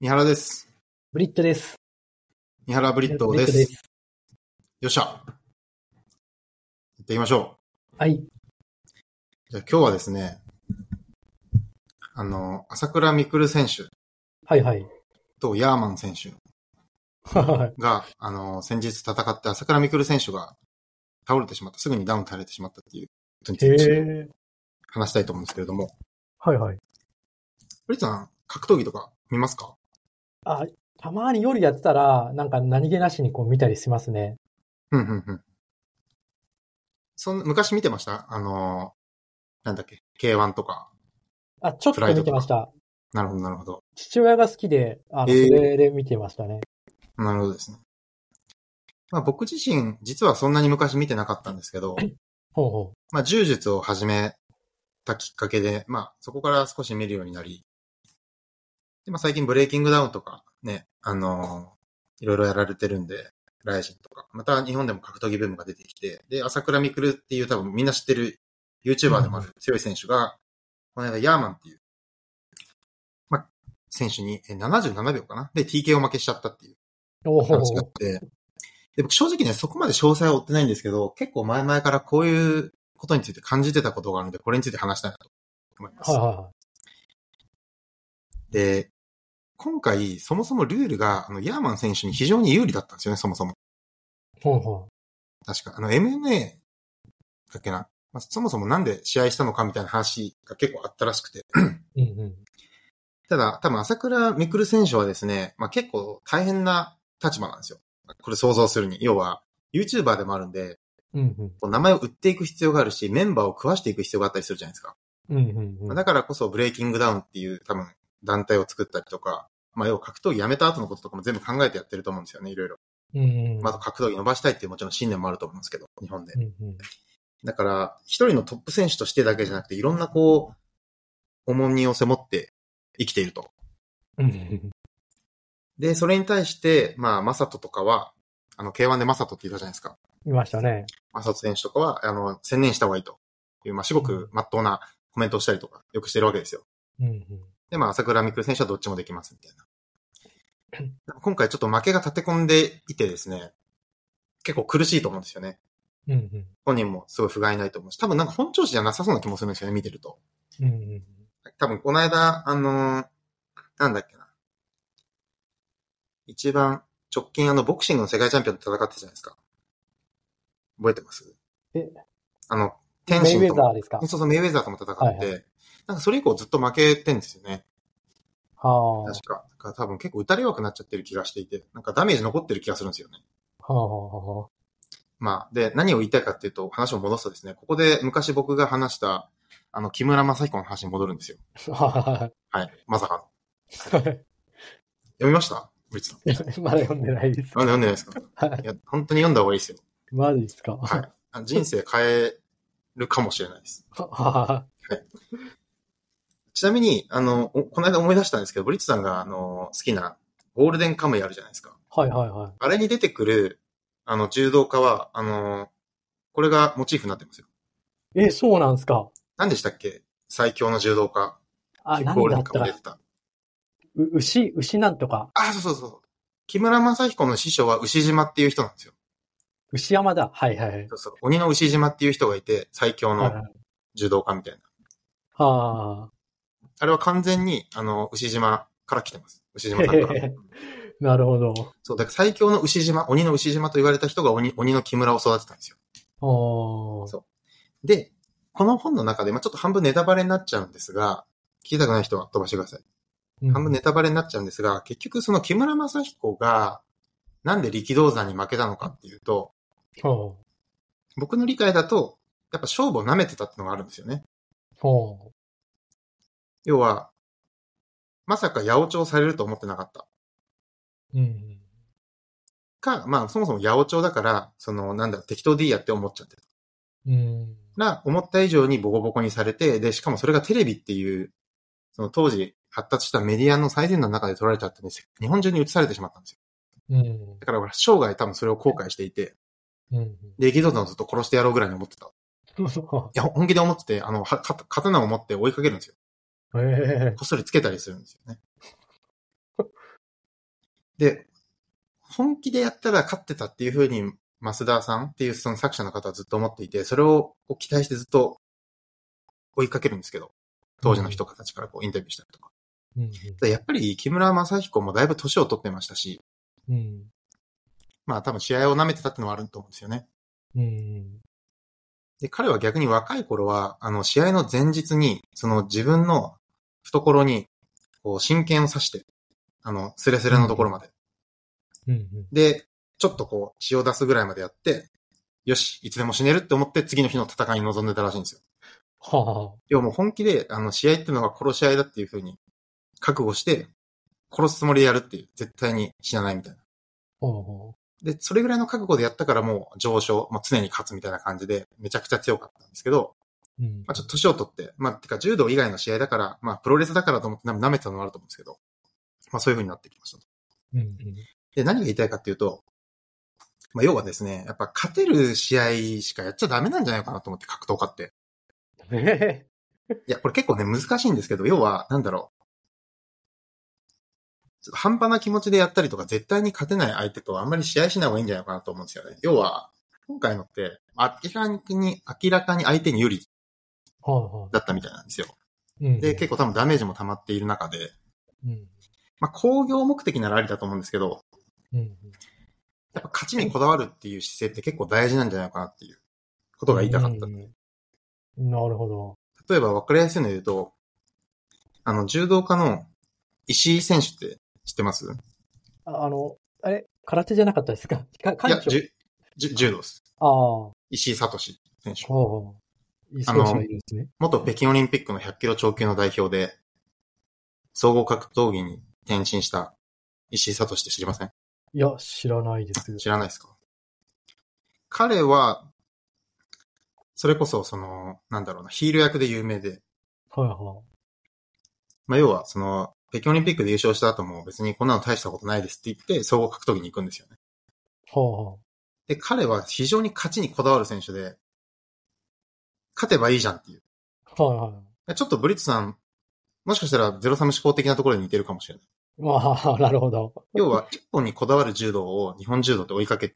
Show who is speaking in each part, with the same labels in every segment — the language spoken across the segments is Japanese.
Speaker 1: 三原です。
Speaker 2: ブリットです。
Speaker 1: 三原ブリットです。
Speaker 2: ブリット
Speaker 1: よっしゃ。やっていきましょ
Speaker 2: はい。
Speaker 1: う。じゃあ今日はですね、あの、朝倉未来選手
Speaker 2: は いはい。
Speaker 1: とヤーマン選手
Speaker 2: はい
Speaker 1: が、あの、先日戦って朝倉未来選手が倒れてしまった、すぐにダウンされてしまったっていうことにつ
Speaker 2: へ
Speaker 1: いて
Speaker 2: え。
Speaker 1: 話したいと思うんですけれども、
Speaker 2: はいはい。
Speaker 1: ブリットさん、格闘技とか見ますか
Speaker 2: あ、たまに夜やってたら、なんか何気なしにこう見たりしますね。
Speaker 1: うんうんうん。そん昔見てましたあの、なんだっけ、K1 とか。
Speaker 2: あ、ちょっと見てました。
Speaker 1: なるほど、なるほど。
Speaker 2: 父親が好きで、あの、
Speaker 1: へえ
Speaker 2: それで見てましたね。
Speaker 1: なるほどですね。まあ僕自身、実はそんなに昔見てなかったんですけど、
Speaker 2: ほうほ
Speaker 1: まあ柔術を始めたきっかけで、まあそこから少し見るようになり、でまあ最近ブレイキングダウンとかね、あのーいろいろやられてるんで、ライジンとか、また日本でも格闘技ブームが出てきて、で、朝倉未来っていう多分みんな知ってる YouTuber でもある強い選手が、この間ヤーマンっていう、まあ選手にえ77秒かなで TK を負けしちゃったっていう。
Speaker 2: う。おほう
Speaker 1: 話があって、で僕正直ね、そこまで詳細は追ってないんですけど、結構前々からこういうことについて感じてたことがあるので、これについて話したいなと思います。
Speaker 2: はいは
Speaker 1: で、今回、そもそもルールが、あの、ヤーマン選手に非常に有利だったんですよね、そもそも。
Speaker 2: い。ほうほ
Speaker 1: 確か。あの、MMA だっけな。まあ、そもそもなんで試合したのかみたいな話が結構あったらしくて。
Speaker 2: う。うんうん。
Speaker 1: ただ、多分、朝倉未来選手はですね、まあ、結構大変な立場なんですよ。これ想像するに。要は、YouTuber でもあるんで、
Speaker 2: うんうん。
Speaker 1: こう名前を売っていく必要があるし、メンバーを食わしていく必要があったりするじゃないですか。
Speaker 2: うんうんうん。
Speaker 1: まあだからこそ、ブレイキングダウンっていう多分、団体を作ったりとか、まあ、要は格闘技やめた後のこととかも全部考えてやってると思うんですよね、いろいろ。
Speaker 2: うんうん。
Speaker 1: まあ、あと格闘技伸ばしたいっていうもちろん信念もあると思うんですけど、日本で
Speaker 2: う。んうん。
Speaker 1: だから、一人のトップ選手としてだけじゃなくて、いろんなこう、重荷を背負って生きていると。
Speaker 2: うんうん
Speaker 1: で、それに対して、まあ、マサトとかは、あの、K1 でマサトって言ったじゃないですか。
Speaker 2: いましたね。
Speaker 1: マサト選手とかは、あの、専念した方がいいという、まあ、すごく真っ当なコメントをしたりとか、よくしてるわけですよ。
Speaker 2: うんうん。
Speaker 1: で、まあ、朝倉未来選手はどっちもできます、みたい な。今回ちょっと負けが立て込んでいてですね、結構苦しいと思うんですよね。
Speaker 2: うんうん。
Speaker 1: 本人もすごい不甲斐ないと思うし、多分なんか本調子じゃなさそうな気もするんですよね、見てると。
Speaker 2: うんうん。
Speaker 1: 多分この間、あのーなんだっけな。一番直近あのボクシングの世界チャンピオンと戦ってたじゃないですか。覚えてます
Speaker 2: え
Speaker 1: あの、
Speaker 2: メ
Speaker 1: 天
Speaker 2: イ
Speaker 1: 心
Speaker 2: ウェ
Speaker 1: と
Speaker 2: ザ
Speaker 1: も、
Speaker 2: ーですか
Speaker 1: そうそう、メイウェザーとも戦って、
Speaker 2: はいは
Speaker 1: なんかそれ以降ずっと負けてんですよね。
Speaker 2: はあ。
Speaker 1: 確か。だから多分結構打たれ弱くなっちゃってる気がしていて、なんかダメージ残ってる気がするんですよね。
Speaker 2: はあはあはあ。
Speaker 1: まあ、で、何を言いたいかっていうと、話を戻すとですね、ここで昔僕が話した、あの、木村正彦の話に戻るんですよ。
Speaker 2: は
Speaker 1: はい。まさかの。
Speaker 2: いは
Speaker 1: 読
Speaker 2: い。
Speaker 1: みましたブリッツさん。
Speaker 2: まだ読んでないです。
Speaker 1: なんで読んでないですか
Speaker 2: はい
Speaker 1: いや、本当に読んだ方がいいですよ。
Speaker 2: マジですか
Speaker 1: はいあ人生変えるかもしれないです。
Speaker 2: は
Speaker 1: ちなみに、あの、おこの間思い出したんですけど、ブリッツさんが、あの、好きなゴールデンカムイあるじゃないですか。
Speaker 2: いはいは
Speaker 1: あれに出てくる、あの、柔道家は、あの、これがモチーフになってますよ。
Speaker 2: い。え、そうなんですか
Speaker 1: 何でしたっけ最強の柔道家。
Speaker 2: あ、
Speaker 1: キッ
Speaker 2: な
Speaker 1: クボ
Speaker 2: ん
Speaker 1: ールに
Speaker 2: だった
Speaker 1: 隠れ
Speaker 2: ら、
Speaker 1: てた。
Speaker 2: う牛、牛なんとか、
Speaker 1: あ、そうそうそう。木村正彦の師匠は牛島っていう人なんですよ。
Speaker 2: 牛山だ。はいはいはい。
Speaker 1: そうそう。鬼の牛島っていう人がいて、最強
Speaker 2: はい
Speaker 1: の
Speaker 2: はい
Speaker 1: 柔道家みたいな。
Speaker 2: はあ、
Speaker 1: あれは完全に、あの、牛島から来てます。牛島さんから
Speaker 2: へへへ。なるほど。
Speaker 1: そう、だから最強の牛島、鬼の牛島と言われた人が鬼鬼の木村を育てたんですよ。
Speaker 2: おー
Speaker 1: で、この本の中で、まあちょっと半分ネタバレになっちゃうんですが、聞きたくない人は飛ばしてください。
Speaker 2: うん
Speaker 1: 半分ネタバレになっちゃうんですが、結局その木村正彦が、なんで力道山に負けたのかっていうと、
Speaker 2: ほ
Speaker 1: 僕の理解だと、やっぱ勝負を舐めてたってのがあるんですよね。
Speaker 2: うほ
Speaker 1: 要は、まさか八百長されると思ってなかった。
Speaker 2: ううん。
Speaker 1: か、まあそもそも八百長だから、そのなんだ、適当でいいやって思っちゃってた。
Speaker 2: うん。
Speaker 1: ら、思った以上にボコボコにされて、で、しかもそれがテレビっていう、その当時発達したメディアの最先端の中で撮られちゃってね、せ日本中に映されてしまったんですよ。
Speaker 2: うん。
Speaker 1: だから俺生涯多分それを後悔していて、
Speaker 2: うん。
Speaker 1: で、力道山をずっと殺してやろうぐらいに思ってた。
Speaker 2: そ
Speaker 1: いや、本気で思ってて、あの、はか刀を持って追いかけるんですよ。
Speaker 2: う。ええ
Speaker 1: こっそりつけたりするんですよね。 で、本気でやったら勝ってたっていうふうに、増田さんっていうその作者の方はずっと思っていて、それをこう期待してずっと追いかけるんですけど、当時の人たちからこうインタビューしたりとか。
Speaker 2: うん
Speaker 1: ただやっぱり木村正彦もだいぶ年を取ってましたし、
Speaker 2: うん。うん。
Speaker 1: まあ多分試合を舐めてたってのはあると思うんですよね。
Speaker 2: うん。
Speaker 1: で、彼は逆に若い頃は、あの、試合の前日に、その自分の懐に、こう、真剣を刺して、あの、スレスレのところまで。
Speaker 2: うん。
Speaker 1: で、ちょっとこう、血を出すぐらいまでやって、よし、いつでも死ねるって思って次の日の戦いに臨んでたらしいんですよ。
Speaker 2: は
Speaker 1: 要はもう本気で、あの、試合っていうのが殺し合いだっていうふうに、覚悟して、殺すつもりでやるっていう、絶対に死なないみたいな。
Speaker 2: あ。はあ。
Speaker 1: で、それぐらいの覚悟でやったからもう上昇、もう常に勝つみたいな感じで、めちゃくちゃ強かったんですけど、
Speaker 2: うん
Speaker 1: まあ、ちょっと年を取って、まあ、てか柔道以外の試合だから、まあ、プロレスだからと思ってな舐めてたのもあると思うんですけど、まあ、そういう風になってきましたと。
Speaker 2: うんうん。
Speaker 1: で、何が言いたいかっていうと、まあ、要はですね、やっぱ勝てる試合しかやっちゃダメなんじゃないかなと思って格闘家って。
Speaker 2: ええ
Speaker 1: いや、これ結構ね、難しいんですけど、要は、なんだろう。ちょっと半端な気持ちでやったりとか、絶対に勝てない相手とあんまり試合しない方がいいんじゃないかなと思うんですよね。要は、今回のって、明らかに、明らかに相手に有利
Speaker 2: はあはあ。
Speaker 1: だったみたいなんですよ。
Speaker 2: うん
Speaker 1: で、結構多分ダメージも溜まっている中で、
Speaker 2: うん。
Speaker 1: まあ、工業目的ならありだと思うんですけど、
Speaker 2: うん。
Speaker 1: やっぱ勝ちにこだわるっていう姿勢って結構大事なんじゃないかなっていうことが言いたかった。
Speaker 2: うんなるほど。
Speaker 1: 例えば分かりやすいので言うと、あの、柔道家の石井選手って知ってますい
Speaker 2: ああの、あれ空手じゃなかったですか か、
Speaker 1: や、
Speaker 2: 館長。
Speaker 1: じゅじゅ柔道です。
Speaker 2: ああ。
Speaker 1: 石井聡選手。
Speaker 2: ほう。いい選
Speaker 1: あ
Speaker 2: 手
Speaker 1: の
Speaker 2: がいるんですね。
Speaker 1: 元北京オリンピックの100キロ超級の代表で、総合格闘技に転身した石井聡って知りません
Speaker 2: いや、知らないです。
Speaker 1: 知らないですか彼は、それこそ、その、なんだろうな、ヒール役で有名で、
Speaker 2: はいは
Speaker 1: まあ、要は、その、北京オリンピックで優勝した後も別にこんなの大したことないですって言って、総合格闘技に行くんですよね。
Speaker 2: い。は
Speaker 1: で、彼は非常に勝ちにこだわる選手で、勝てばいいじゃんっていう。
Speaker 2: あ。はいは
Speaker 1: ちょっとブリッツさん、もしかしたらゼロサム思考的なところに似てるかもしれない。
Speaker 2: い。まあ、なるほど。
Speaker 1: 要は、一本にこだわる柔道を日本柔道って追いかけ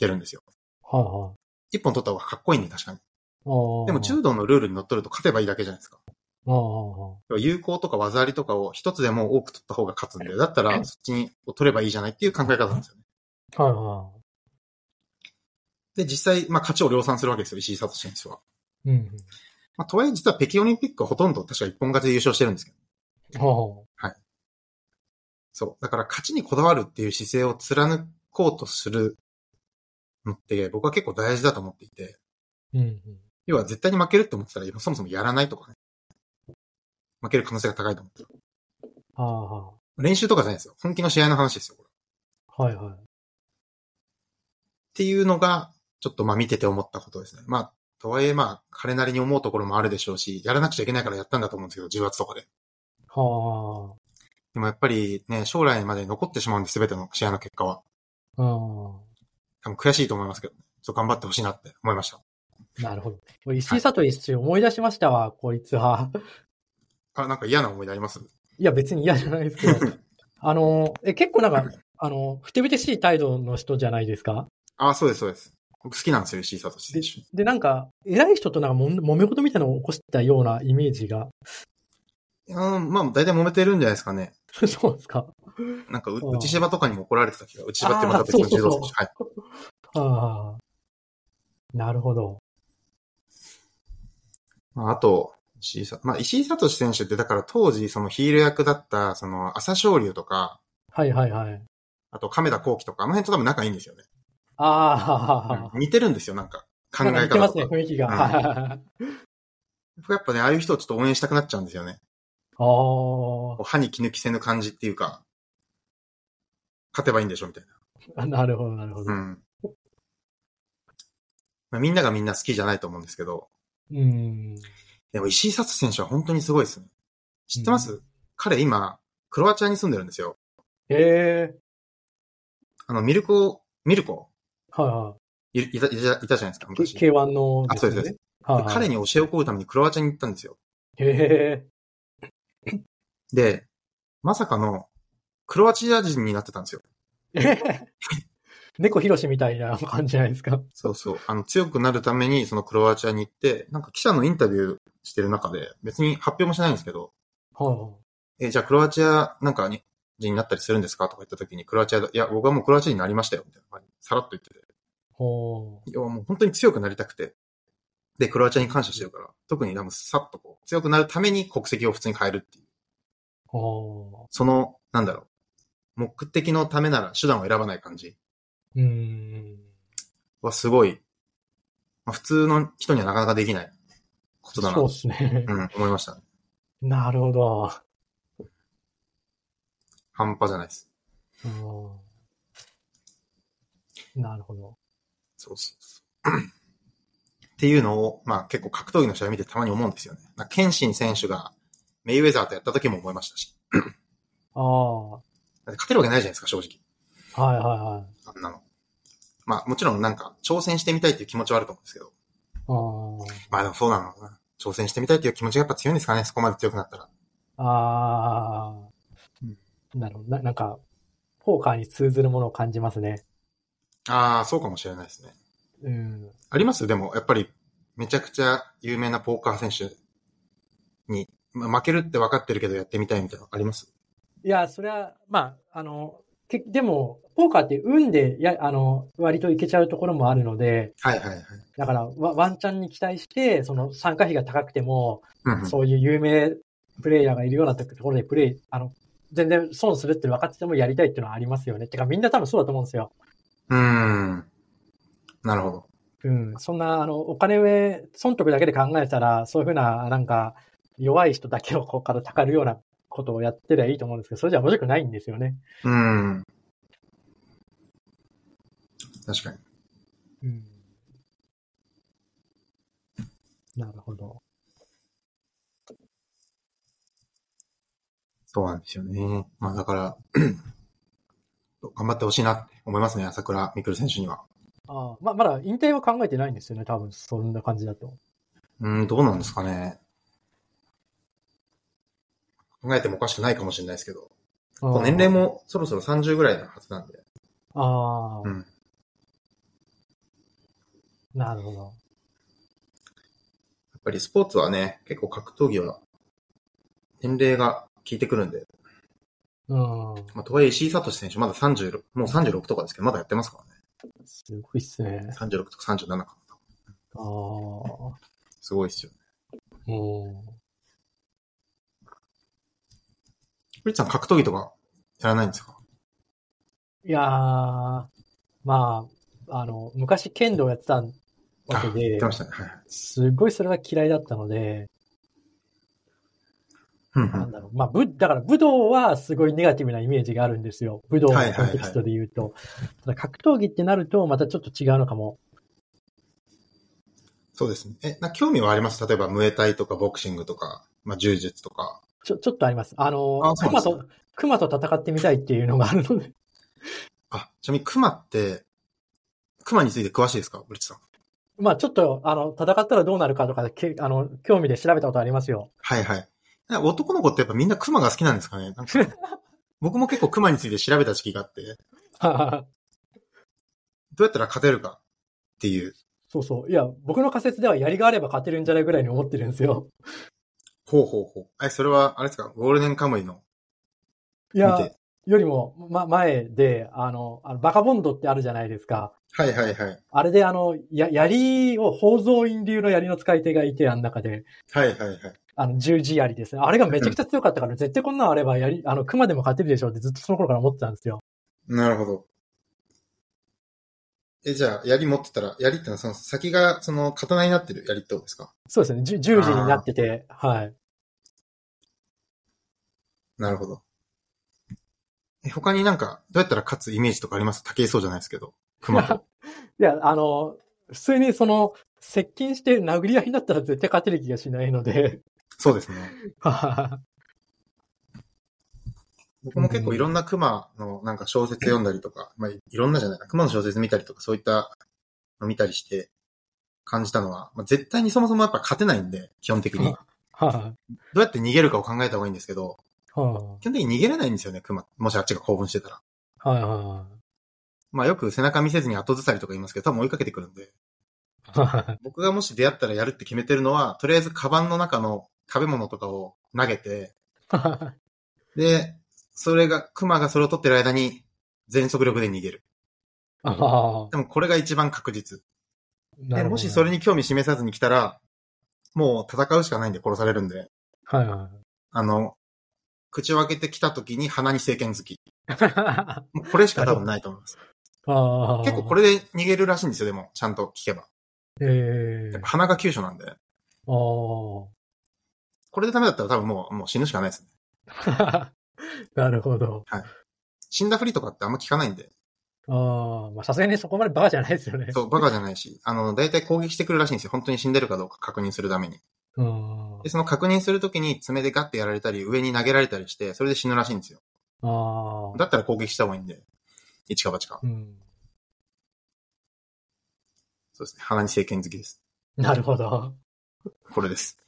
Speaker 1: てるんですよ。
Speaker 2: はいはい。
Speaker 1: 一本取った方がかっこいいね、確かに。
Speaker 2: ああ
Speaker 1: でも柔道のルールに則っとると勝てばいいだけじゃないですか。
Speaker 2: ああ。
Speaker 1: 要は有効とか技ありとかを一つでも多く取った方が勝つんで、だったらそっちに取ればいいじゃないっていう考え方なんですよね。
Speaker 2: はいは
Speaker 1: で、実際、まあ、勝ちを量産するわけですよ、石井聡選手は。
Speaker 2: い。うんうん。
Speaker 1: まあ、とはいえ、実は北京オリンピックはほとんど確か一本勝ちで優勝してるんですけど。
Speaker 2: は
Speaker 1: そう。だから、勝ちにこだわるっていう姿勢を貫こうとするのって、僕は結構大事だと思っていて、
Speaker 2: あ。うん
Speaker 1: 要は絶対に負けるって思ってたら、そもそもやらないとかね。負ける可能性が高いと思ってる。
Speaker 2: ああ。
Speaker 1: 練習とかじゃないですよ。本気の試合の話ですよ、これ。っ
Speaker 2: はいはい。
Speaker 1: ていうのが、ちょっとまあ見てて思ったことですね。まあ、とはいえまあ、彼なりに思うところもあるでしょうし、やらなくちゃいけないからやったんだと思うんですけど、重圧とかで。
Speaker 2: は
Speaker 1: でもやっぱりね、将来まで残ってしまうんで、すべての試合の結果は。
Speaker 2: あ。うん。
Speaker 1: 多分悔しいと思いますけど、ね、ちょっと頑張ってほしいなって思いました。
Speaker 2: なるほど。これ石井里一瞬思い出しましたわ、こいつは。
Speaker 1: あ、なんか嫌な思い出あります
Speaker 2: いや、別に嫌じゃないですけど。 あの、え、結構なんか、あの、ふてぶてしい態度の人じゃないですか
Speaker 1: あ、そうです、そうです。僕好きなんですよ、石井聡選手。
Speaker 2: で、なんか、偉い人となんかもん揉め事みたいなのを起こしたようなイメージが。
Speaker 1: うん、まあ、大体揉めてるんじゃないですかね。
Speaker 2: そうですか
Speaker 1: なんかう、
Speaker 2: うん
Speaker 1: 内芝とかにも怒られてた気が、内芝ってまた別の柔道選手。はい。
Speaker 2: ああ。なるほど。
Speaker 1: まあ、あと、石井さまあ、石井聡選手って、だから当時、そのヒール役だった、その、朝青龍とか、
Speaker 2: はいはいはい。
Speaker 1: あと亀田光輝とか、あの辺と多分仲いいんですよね。
Speaker 2: あ
Speaker 1: うん似てるんですよ、なんか。
Speaker 2: あ。
Speaker 1: 考
Speaker 2: な
Speaker 1: え
Speaker 2: んか
Speaker 1: 方
Speaker 2: 似てま
Speaker 1: と
Speaker 2: すね、
Speaker 1: か。
Speaker 2: 雰囲気が。
Speaker 1: うん
Speaker 2: あ
Speaker 1: 僕やっぱね、ああいう人をちょっと応援したくなっちゃうんですよね。
Speaker 2: あ。
Speaker 1: こう歯に気抜きせぬ感じっていうか、勝てばいいんでしょみたい
Speaker 2: なるほど、なるほど。
Speaker 1: な。うん。まあ、みんながみんな好きじゃないと思うんですけど、
Speaker 2: うん。
Speaker 1: でも石井聡選手は本当にすごいですね。知ってます、
Speaker 2: う
Speaker 1: 彼今、クロアチアに住んでるんですよ。
Speaker 2: ええ
Speaker 1: あの、ミルコ、ミルコ
Speaker 2: はい
Speaker 1: いたいたいたじゃないですか、
Speaker 2: い。
Speaker 1: 昔。で
Speaker 2: K1 のです
Speaker 1: あそ
Speaker 2: よ
Speaker 1: うですそう
Speaker 2: ね。
Speaker 1: で
Speaker 2: はいはい
Speaker 1: 彼に教えを請うためにクロアチアに行ったんですよ。
Speaker 2: へえ。
Speaker 1: で、まさかの、クロアチア人になってたんですよ。
Speaker 2: 猫ひろしみたいな感じじゃないですか。
Speaker 1: そうそう。あの、強くなるために、そのクロアチアに行って、なんか記者のインタビューしてる中で、別に発表もしないんですけど、
Speaker 2: は
Speaker 1: え、じゃあクロアチアなんかに人になったりするんですかとか言った時に、クロアチアだ、いや、僕はもうクロアチアになりましたよ、みたいな感じでさらっと言ってて。
Speaker 2: あ、はい
Speaker 1: や、もう本当に強くなりたくて。で、クロアチアに感謝してるから、特に多分さっとこう、強くなるために国籍を普通に変えるっていう。
Speaker 2: あ、はあ、
Speaker 1: その、なんだろう。目的のためなら手段を選ばない感じ
Speaker 2: うーん。
Speaker 1: はすごい、まあ、普通の人にはなかなかできないことだな
Speaker 2: そうで、すね。
Speaker 1: うん、思いましたね。
Speaker 2: なるほど。
Speaker 1: 半端じゃないです。
Speaker 2: うんなるほど。
Speaker 1: そうそうそう。っていうのを、まあ結構格闘技の試合見てたまに思うんですよね。なんかケンシン選手がメイウェザーとやった時も思いましたし。だ
Speaker 2: あ
Speaker 1: って勝てるわけないじゃないですか、正直。
Speaker 2: あ、はいはいはい。
Speaker 1: あんなの。まあ、もちろんなんか、挑戦してみたいっていう気持ちはあると思うんですけど。
Speaker 2: あ
Speaker 1: まあでもそうなのかな。挑戦してみたいっていう気持ちがやっぱ強いんですかね、そこまで強くなったら。
Speaker 2: あ、ああ、なるほど。ななんか、ポーカーに通ずるものを感じますね。
Speaker 1: ああ、そうかもしれないですね。
Speaker 2: うん。
Speaker 1: ありますでも、やっぱり、めちゃくちゃ有名なポーカー選手に、まあ負けるって分かってるけどやってみたいみたいなのあります
Speaker 2: いや、それは、まあ、あの、けでも、ポーカーって運で、や、あの、割といけちゃうところもあるので、
Speaker 1: はいはいはい。
Speaker 2: だから、ワワンチャンに期待して、その参加費が高くても、
Speaker 1: うんうん、
Speaker 2: そういう有名プレイヤーがいるようなところでプレイ、あの、全然損するって分かっててもやりたいっていうのはありますよね。てかみんな多分そうだと思うんですよ。
Speaker 1: うーん。なるほど。
Speaker 2: うん。そんな、あの、お金上、損得だけで考えたら、そういうふうな、なんか、弱い人だけをここからたかるようなことをやってりゃいいと思うんですけど、それじゃ面白くないんですよね。
Speaker 1: うーん。確かに。
Speaker 2: うん。なるほど。
Speaker 1: そうなんですよね。まあだから、 頑張ってほしいなって思いますね、朝倉未来選手には。
Speaker 2: ああ、まあ、まだ引退は考えてないんですよね。多分、そんな感じだと。
Speaker 1: うん、どうなんですかね。考えてもおかしくないかもしれないですけど、
Speaker 2: ああ
Speaker 1: 年齢。もそろそろ30ぐらいのはずなんで、
Speaker 2: ああ、
Speaker 1: うん
Speaker 2: なるほど。
Speaker 1: やっぱりスポーツはね、結構格闘技は年齢が効いてくるんで、
Speaker 2: うん。
Speaker 1: まあ、とはいえ石井聡選手まだ36、もう36とかですけど、まだやってますからね。
Speaker 2: すごいっすね。
Speaker 1: 36とか37かな。
Speaker 2: ああ。
Speaker 1: すごいっすよね。
Speaker 2: うん。
Speaker 1: フリッツさん格闘技とかやらないんですか
Speaker 2: いやー、まあ、あの、昔剣道やってたわけ
Speaker 1: あ言
Speaker 2: で
Speaker 1: って、ましたね。はいはい。
Speaker 2: すごいそれが嫌いだったので、
Speaker 1: うんう
Speaker 2: なん
Speaker 1: ん。
Speaker 2: だろう。まあ、ぶ、だから武道はすごいネガティブなイメージがあるんですよ。武道のコ
Speaker 1: はいはいはい
Speaker 2: ンテキストで言うと。ただ格闘技ってなると、またちょっと違うのかも。
Speaker 1: そうですね。え、な興味はあります例えば、ムエタイとかボクシングとか、まあ、柔術とか。
Speaker 2: ちょ、ちょっとあります。あの、
Speaker 1: あそうなんで
Speaker 2: 熊
Speaker 1: すね
Speaker 2: と、熊と戦ってみたいっていうのがあるので。
Speaker 1: あ、ちなみに熊って、熊について詳しいですかブリッジさん。
Speaker 2: まあ、ちょっと、あの、戦ったらどうなるかとか、けあの、興味で調べたことありま すよ。
Speaker 1: はいはい。なんか男の子ってやっぱみんな熊が好きなんですかね なんか僕も結構熊について調べた時期があって、どうやったら勝てるかっていう。
Speaker 2: そうそう。いや、僕の仮説では槍があれば勝てるんじゃないぐらいに思ってるんですよ。
Speaker 1: ほうほうほう。え、それは、あれですかゴールデンカムイの
Speaker 2: い
Speaker 1: 見
Speaker 2: や、
Speaker 1: て。
Speaker 2: よりも、ま、前で、あの、あのバカボンドってあるじゃないですか。
Speaker 1: はいはいはい。
Speaker 2: あれで、あの、や、槍を、宝蔵院流の槍の使い手がいて、あの中で、
Speaker 1: はいはいはい。
Speaker 2: あの、十字槍ですね。あれがめちゃくちゃ強かったから、絶対こんなのあれば槍、あの、熊でも勝てるでしょうってずっとその頃から思ってたんですよ。
Speaker 1: なるほど。え、じゃあ、槍持ってたら、槍ってのはその先が、その、刀になってる槍ってことですか
Speaker 2: そうですね。じゅ十字になってて、はい。
Speaker 1: なるほど。え、他になんか、どうやったら勝つイメージとかあります竹井そうじゃないですけど。熊 と。
Speaker 2: いや、あの、普通にその、接近して殴り合いになったら絶対勝てる気がしないので、
Speaker 1: そうですね。
Speaker 2: は
Speaker 1: 僕も結構いろんな熊のなんか小説読んだりとか、まあいいろんなじゃないな、熊の小説見たりとかそういったの見たりして感じたのは、まあ、絶対にそもそもやっぱ勝てないんで、基本的に。ど
Speaker 2: は
Speaker 1: うやって逃げるかを考えた方がいいんですけど、
Speaker 2: は
Speaker 1: 基本的に逃げれないんですよね、熊。もしあっちが興奮してたら。
Speaker 2: はいはい。
Speaker 1: まあよく背中見せずに後ずさりとか言いますけど、多分追いかけてくるんで、僕がもし出会ったらやるって決めてるのは、とりあえずカバンの中の食べ物とかを投げて、で、それが、熊がそれを取ってる間に全速力で逃げる。
Speaker 2: あ
Speaker 1: でもこれが一番確実。
Speaker 2: あ。
Speaker 1: で、もしそれ
Speaker 2: に。
Speaker 1: に興味示さずに来たら、もう戦うしかないんで殺されるんで、
Speaker 2: はいは
Speaker 1: あの、口を開けてきた時に鼻に聖剣好き。
Speaker 2: い。あ
Speaker 1: もうこれしか多分ないと思います。
Speaker 2: あ。
Speaker 1: 結構こ
Speaker 2: れ。
Speaker 1: れで逃げるらしいんですよ、でも、ちゃんと聞けば。
Speaker 2: ええ
Speaker 1: やっぱ鼻が急所なんで。
Speaker 2: あ
Speaker 1: これでダメだったら多分もう、もう死ぬしかないですね。
Speaker 2: あ。なるほど。
Speaker 1: 死んだふりとかってあんま聞かないんで。
Speaker 2: ああ。まあ、さすがにそこまでバカじゃないですよね。
Speaker 1: そう、バカじゃないし、あの、大体攻撃してくるらしいんですよ。本当に死んでるかどうか確認するために。
Speaker 2: うん。
Speaker 1: で、その確認するときに爪でガッてやられたり、上に投げられたりして、それで死ぬらしいんですよ。
Speaker 2: ああ。
Speaker 1: だったら攻撃した方がいいんで。一か八か。
Speaker 2: うん。
Speaker 1: そうですね。鼻に聖剣好きです。
Speaker 2: なるほど。
Speaker 1: これです。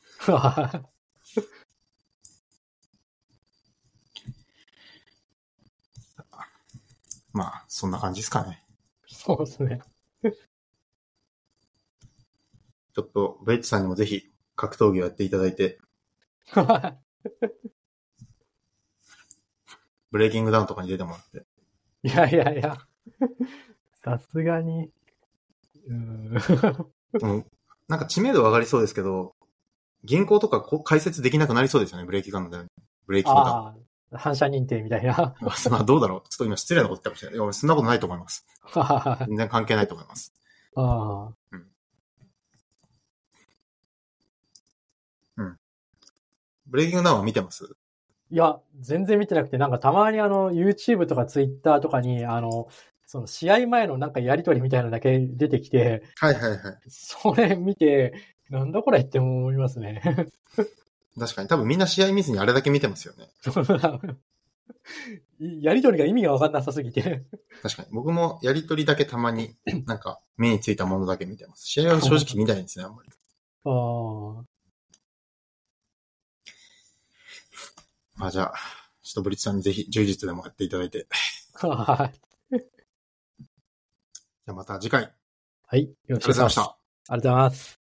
Speaker 1: まあ、そんな感じですかね。
Speaker 2: そうですね。
Speaker 1: ちょっと、ベイツさんにもぜひ、格闘技をやっていただいて、ブレイキングダウンとかに出てもらって。
Speaker 2: いやいやいや。さすがに。うーん。
Speaker 1: うん。なんか知名度は上がりそうですけど、銀行とかこう解説できなくなりそうですよね、ブレーキガンのためにブレーキングダウン。
Speaker 2: ああ、反射認定みたいな。
Speaker 1: まあどうだろうちょっと今失礼なこと言ったかもしれない。いや、俺そんなことないと思います。
Speaker 2: あ
Speaker 1: 全然関係ないと思います。
Speaker 2: あ。
Speaker 1: ブレーキングダウンは見てます
Speaker 2: いや、全然見てなくて、なんかたまにあの、YouTube とか Twitter とかに、あの、その試合前のなんかやりとりみたいなのだけ出てきて、
Speaker 1: はいはいはい。
Speaker 2: それ見て、なんだこれって思いますね。
Speaker 1: 確かに多分みんな試合見ずにあれだけ見てますよね。
Speaker 2: やりとりが意味がわかんなさすぎて。
Speaker 1: 確かに。僕もやりとりだけたま に、なんか目についたものだけ見てます。試合は正直見ないんですね、あんまり。
Speaker 2: ああ。
Speaker 1: まあじゃあ、ちょっとブリッジさんにぜひ充実でもやっていただいて。じ
Speaker 2: は
Speaker 1: ゃあまた次回。あり
Speaker 2: い。よろし
Speaker 1: がとう
Speaker 2: くお願い
Speaker 1: ご
Speaker 2: し
Speaker 1: ざい
Speaker 2: ま
Speaker 1: ますし。た。
Speaker 2: ありがとうございます。